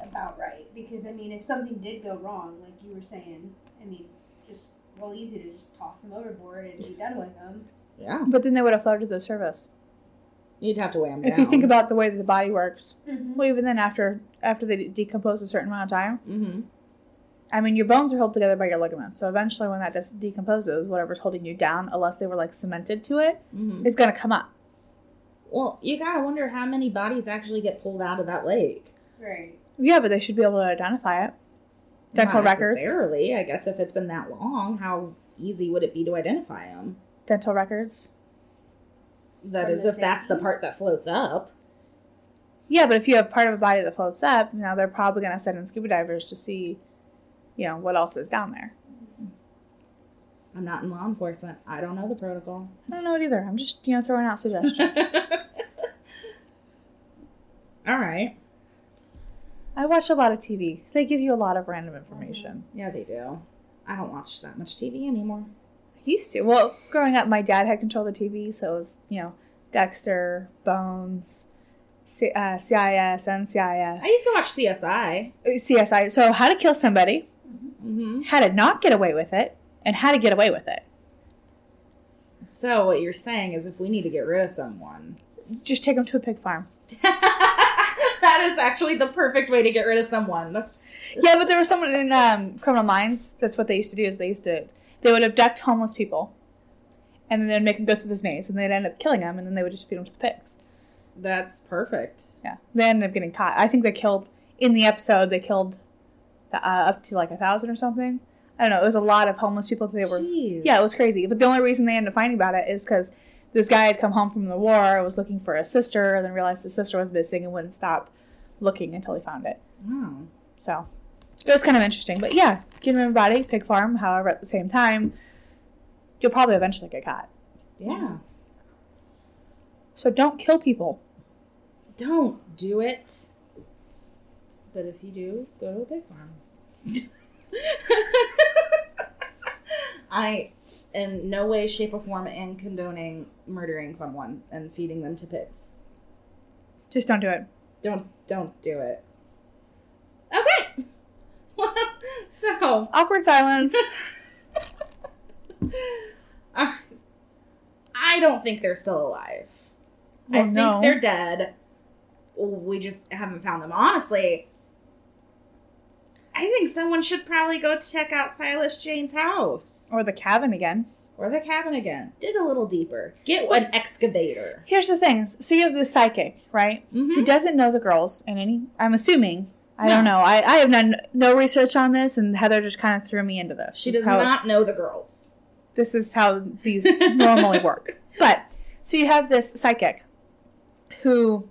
Speaker 5: about right because I mean, if something did go wrong, like you were saying, I mean, just well easy to just toss them overboard and be done with them.
Speaker 3: Yeah.
Speaker 4: But then they would have floated the service.
Speaker 3: You'd have to weigh them
Speaker 4: If
Speaker 3: down.
Speaker 4: you think about the way that the body works,
Speaker 5: Mm-hmm.
Speaker 4: well, even then after after they decompose a certain amount of time,
Speaker 3: Mm-hmm.
Speaker 4: I mean your bones are held together by your ligaments. So eventually, when that dis- decomposes, whatever's holding you down, unless they were like cemented to it,
Speaker 3: Mm-hmm.
Speaker 4: is going to come up.
Speaker 3: Well, you gotta wonder how many bodies actually get pulled out of that lake.
Speaker 5: Right.
Speaker 4: Yeah, but they should be able to identify it. Dental
Speaker 3: Not
Speaker 4: records,
Speaker 3: Necessarily. I guess if it's been that long, how easy would it be to identify them?
Speaker 4: dental records.
Speaker 3: That
Speaker 5: From
Speaker 3: is,
Speaker 5: the
Speaker 3: if that's the
Speaker 5: 50s?
Speaker 3: part that floats up.
Speaker 4: Yeah, but if you have part of a body that floats up, now they're probably going to send in scuba divers to see, you know, what else is down there.
Speaker 3: I'm not in law enforcement. I don't know the protocol.
Speaker 4: I don't know it either. I'm just you know throwing out suggestions.
Speaker 3: All right.
Speaker 4: I watch a lot of TV. They give you a lot of random information.
Speaker 3: Yeah, they do. I don't watch that much TV anymore.
Speaker 4: Used to. Well, growing up, my dad had control of the TV, so it was, you know, Dexter, Bones, C- uh, CIS, NCIS,
Speaker 3: I used to watch CSI.
Speaker 4: uh, CSI. So, how to kill somebody,
Speaker 3: Mm-hmm.
Speaker 4: how to not get away with it, and how to get away with it.
Speaker 3: So what you're saying is, if we need to get rid of someone,
Speaker 4: Just take them to a pig farm.
Speaker 3: that is actually the perfect way to get rid of someone.
Speaker 4: Yeah, but there was someone in um, Criminal Minds. That's what they used to do. Is they used to they would abduct homeless people, and then they'd make them go through this maze, and they'd end up killing them, and then they would just feed them to the pigs.
Speaker 3: That's perfect.
Speaker 4: Yeah, they ended up getting caught. I think they killed in the episode. They killed uh, up to like a thousand or something. I don't know. It was a lot of homeless people. They were
Speaker 3: Jeez.
Speaker 4: yeah, it was crazy. But the only reason they ended up finding about it is because this guy had come home from the war, was looking for his sister, and then realized his sister was missing and wouldn't stop looking until he found it.
Speaker 3: Wow.
Speaker 4: So it was kind of interesting. But yeah, get him in a body, pig farm. However, at the same time, you'll probably eventually get caught.
Speaker 3: Yeah.
Speaker 4: So don't kill people.
Speaker 3: Don't do it. But if you do, go to a pig farm. I, in no way, shape, or form, am condoning murdering someone and feeding them to pigs.
Speaker 4: Just don't do it.
Speaker 3: Don't don't do it. Okay. so,
Speaker 4: Awkward silence.
Speaker 3: uh, I don't think they're still alive. I
Speaker 4: Well,
Speaker 3: think
Speaker 4: Oh, no.
Speaker 3: they're dead. We just haven't found them. Honestly, I think someone should probably go check out Silas Jane's house.
Speaker 4: or the cabin again.
Speaker 3: or the cabin again. Dig a little deeper. Get an excavator.
Speaker 4: Here's the thing. So you have the psychic, right? Who
Speaker 3: Mm-hmm.
Speaker 4: doesn't know the girls in any? I'm assuming. I don't
Speaker 3: No.
Speaker 4: know. I, I have done no research on this, and Heather just kind of threw me into this.
Speaker 3: She
Speaker 4: This
Speaker 3: does
Speaker 4: is how,
Speaker 3: not know the girls.
Speaker 4: This is how these normally work. But so you have this psychic who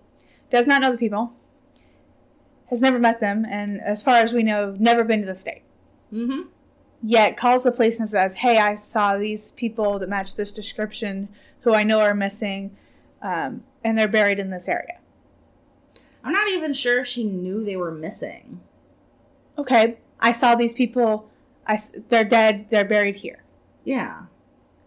Speaker 4: does not know the people, has never met them, and as far as we know, never been to the state.
Speaker 3: Mm-hmm.
Speaker 4: yet calls the police and says, "Hey, I saw these people that match this description, who I know are missing, um, and they're buried in this area."
Speaker 3: I'm not even sure if she knew they were missing.
Speaker 4: Okay, I saw these people. I s- they're dead. They're buried here.
Speaker 3: Yeah.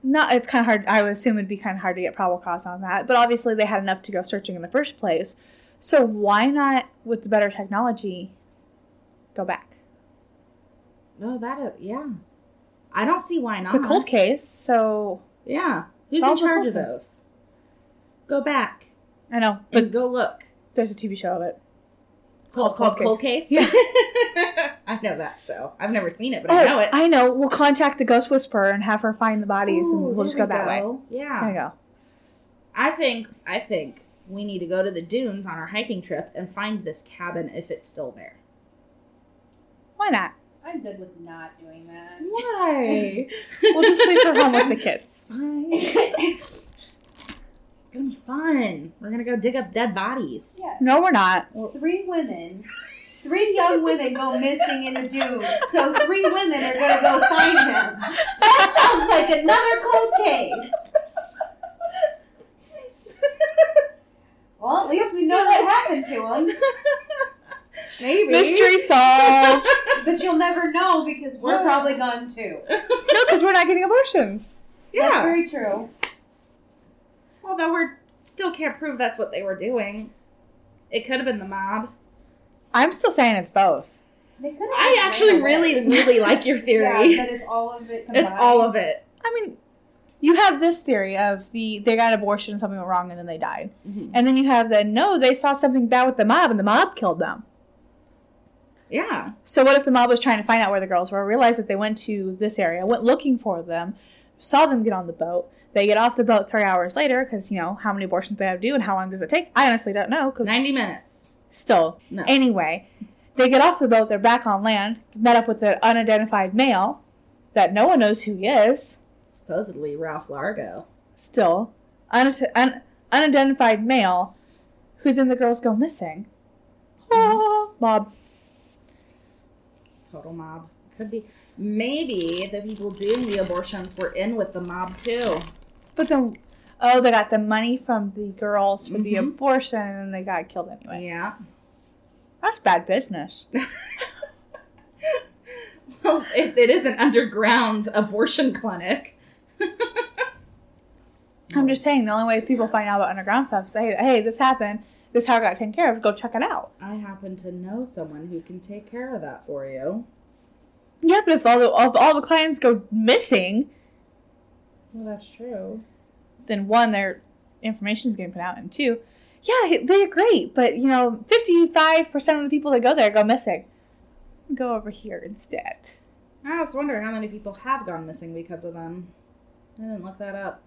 Speaker 4: Not. It's kind of hard. I would assume it'd be kind of hard to get probable cause on that, but obviously they had enough to go searching in the first place. So why not, with the better technology, go back?
Speaker 3: No, that. Uh, yeah. I don't see why not.
Speaker 4: It's a cold case, so
Speaker 3: Yeah. Who's
Speaker 4: Solve
Speaker 3: in
Speaker 4: the
Speaker 3: charge of
Speaker 4: problems.
Speaker 3: those? Go back
Speaker 4: I know. But
Speaker 3: and go look.
Speaker 4: there's a TV show of it.
Speaker 3: Cold,
Speaker 4: Cold
Speaker 3: cold, cold case.
Speaker 4: Yeah.
Speaker 3: I know that show. I've never seen it, but I know it.
Speaker 4: Oh, I know. We'll contact the ghost whisperer and have her find the bodies,
Speaker 3: Ooh,
Speaker 4: and we'll just
Speaker 3: there
Speaker 4: go,
Speaker 3: we
Speaker 4: that way.
Speaker 3: Yeah.
Speaker 4: There you go.
Speaker 3: I think I think we need to go to the dunes on our hiking trip and find this cabin if it's still there.
Speaker 4: Why not?
Speaker 5: I'm good with not doing that.
Speaker 3: Why?
Speaker 4: We'll just leave her home with the kids.
Speaker 3: Fine. It's gonna be fun. We're gonna go dig up dead bodies.
Speaker 5: Yeah.
Speaker 4: No, we're not.
Speaker 5: Three women, three young women go missing in the dunes. So three women are gonna go find them. That sounds like another cold case. Well, at least we know what happened to them.
Speaker 3: Maybe
Speaker 4: Mystery solved.
Speaker 5: But you'll never know because we're probably gone too.
Speaker 4: no, because we're not getting abortions.
Speaker 5: That's
Speaker 3: Yeah.
Speaker 5: very true.
Speaker 3: Although we're still can't prove that's what they were doing. It could have been the mob.
Speaker 4: I'm still saying it's both.
Speaker 5: They could've
Speaker 3: I
Speaker 5: just
Speaker 3: actually
Speaker 5: ran away.
Speaker 3: really, really like your theory.
Speaker 5: Yeah, but it's all of it.
Speaker 3: it's all of it.
Speaker 4: I mean, you have this theory of the they got an abortion, something went wrong, and then they died.
Speaker 5: Mm-hmm.
Speaker 4: And then you have the no, they saw something bad with the mob, and the mob killed them.
Speaker 3: Yeah.
Speaker 4: So what if the mob was trying to find out where the girls were, realized that they went to this area, went looking for them, saw them get on the boat. They get off the boat three hours later because you know how many abortions they have to do and how long does it take. I honestly don't know because
Speaker 3: Ninety minutes.
Speaker 4: still
Speaker 3: No.
Speaker 4: Anyway, they get off the boat, they're back on land, met up with an unidentified male that no one knows who he is,
Speaker 3: Supposedly Ralph Largo.
Speaker 4: still, un- un- unidentified male, who then the girls go missing. Ah, Bob.
Speaker 3: Total mob. Could be. Maybe the people doing the abortions were in with the mob too.
Speaker 4: But then, oh, they got the money from the girls for the
Speaker 3: Mhm.
Speaker 4: abortion and then they got killed anyway.
Speaker 3: Yeah.
Speaker 4: That's bad business.
Speaker 3: Well, if it is an underground abortion clinic.
Speaker 4: I'm just saying, the only way people find out about underground stuff is say, hey, this happened, this is how it got taken care of, go check it out.
Speaker 3: I happen to know someone who can take care of that for you.
Speaker 4: Yeah, but if all the, if all the clients go missing,
Speaker 3: Well, that's true.
Speaker 4: then one, their information is getting put out, and two, yeah, they're great, but you know, fifty-five percent of the people that go there go missing. Go over here instead.
Speaker 3: I was wondering how many people have gone missing because of them. I didn't look that up.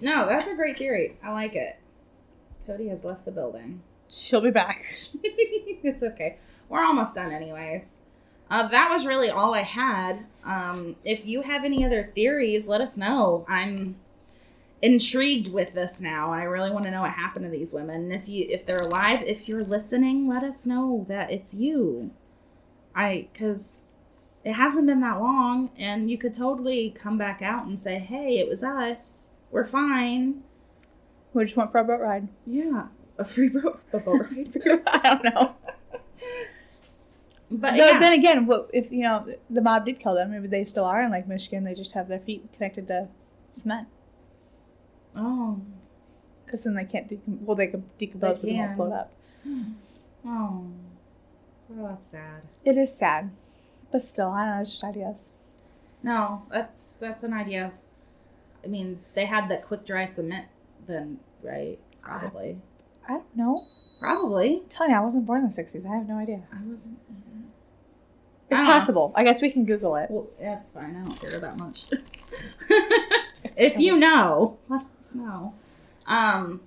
Speaker 3: No, that's a great theory. I like it. Cody has left the building.
Speaker 4: She'll be back.
Speaker 3: it's okay. We're almost done, anyways. Uh, that was really all I had. Um, if you have any other theories, let us know. I'm intrigued with this now. I really want to know what happened to these women. If you, if they're alive, if you're listening, let us know that it's you. I, because it hasn't been that long, and you could totally come back out and say, "Hey, it was us. We're fine."
Speaker 4: We just went for a boat ride.
Speaker 3: Yeah, a free boat, a boat ride.
Speaker 4: I don't know.
Speaker 3: But
Speaker 4: But
Speaker 3: Uh, yeah.
Speaker 4: then again, what if you know the mob did kill them? Maybe they still are in like Michigan. They just have their feet connected to cement
Speaker 3: oh.
Speaker 4: because then they can't decom- well they can decompose,
Speaker 3: They
Speaker 4: but they
Speaker 3: can.
Speaker 4: won't float up.
Speaker 3: Oh, well, that's sad.
Speaker 4: It is sad, but still, I don't know. It's just ideas.
Speaker 3: No, that's that's an idea. I mean, they had that quick dry cement then, right? Probably.
Speaker 4: I don't know.
Speaker 3: Probably.
Speaker 4: I'm telling you, I wasn't born in the '60s. I have no idea.
Speaker 3: I wasn't. either.
Speaker 4: It's
Speaker 3: I don't know.
Speaker 4: possible. I guess we can Google it.
Speaker 3: Well, that's fine. I don't care that much. if you know, let us know. Um,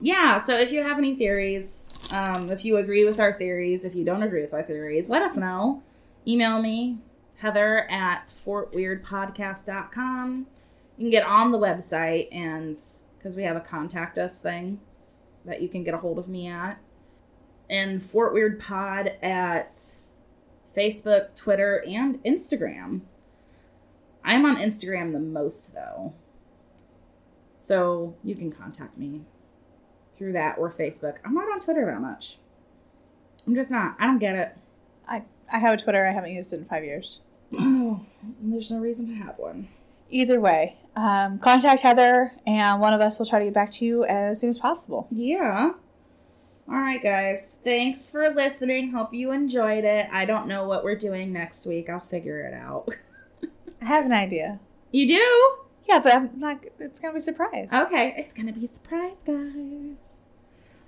Speaker 3: yeah, so if you have any theories, um, if you agree with our theories, if you don't agree with our theories, let us know. Email me, Heather at fortweirdpodcast.com. You can get on the website, and because we have a contact us thing that you can get a hold of me at. And Fort Weird Pod at Facebook, Twitter, and Instagram. I'm on Instagram the most though. So you can contact me through that or Facebook. I'm not on Twitter that much. I'm just not. I don't get it.
Speaker 4: I have a Twitter. I haven't used it in five years.
Speaker 3: Oh, there's no reason to have one.
Speaker 4: Either way, um, contact Heather, and one of us will try to get back to you as soon as possible.
Speaker 3: Yeah. All right, guys. Thanks for listening. Hope you enjoyed it. I don't know what we're doing next week. I'll figure it out.
Speaker 4: I have an idea.
Speaker 3: You do?
Speaker 4: Yeah, but I'm not. It's gonna be a surprise.
Speaker 3: Okay. It's going to be a surprise, guys.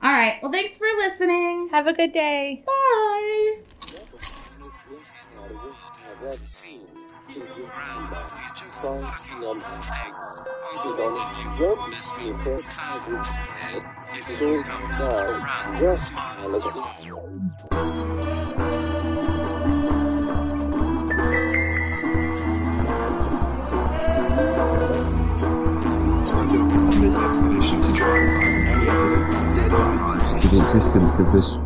Speaker 3: All right. Well, thanks for listening.
Speaker 4: Have a good day.
Speaker 3: Bye.
Speaker 2: What the finest rotten or what has ever seen. Keep your hand off you just on fucking on the legs. I did on it, you won't miss me for thousands years. If it all comes around, just smile at me.
Speaker 1: Turned over on this expedition to try and find any evidence of dead or alive.
Speaker 6: The existence of this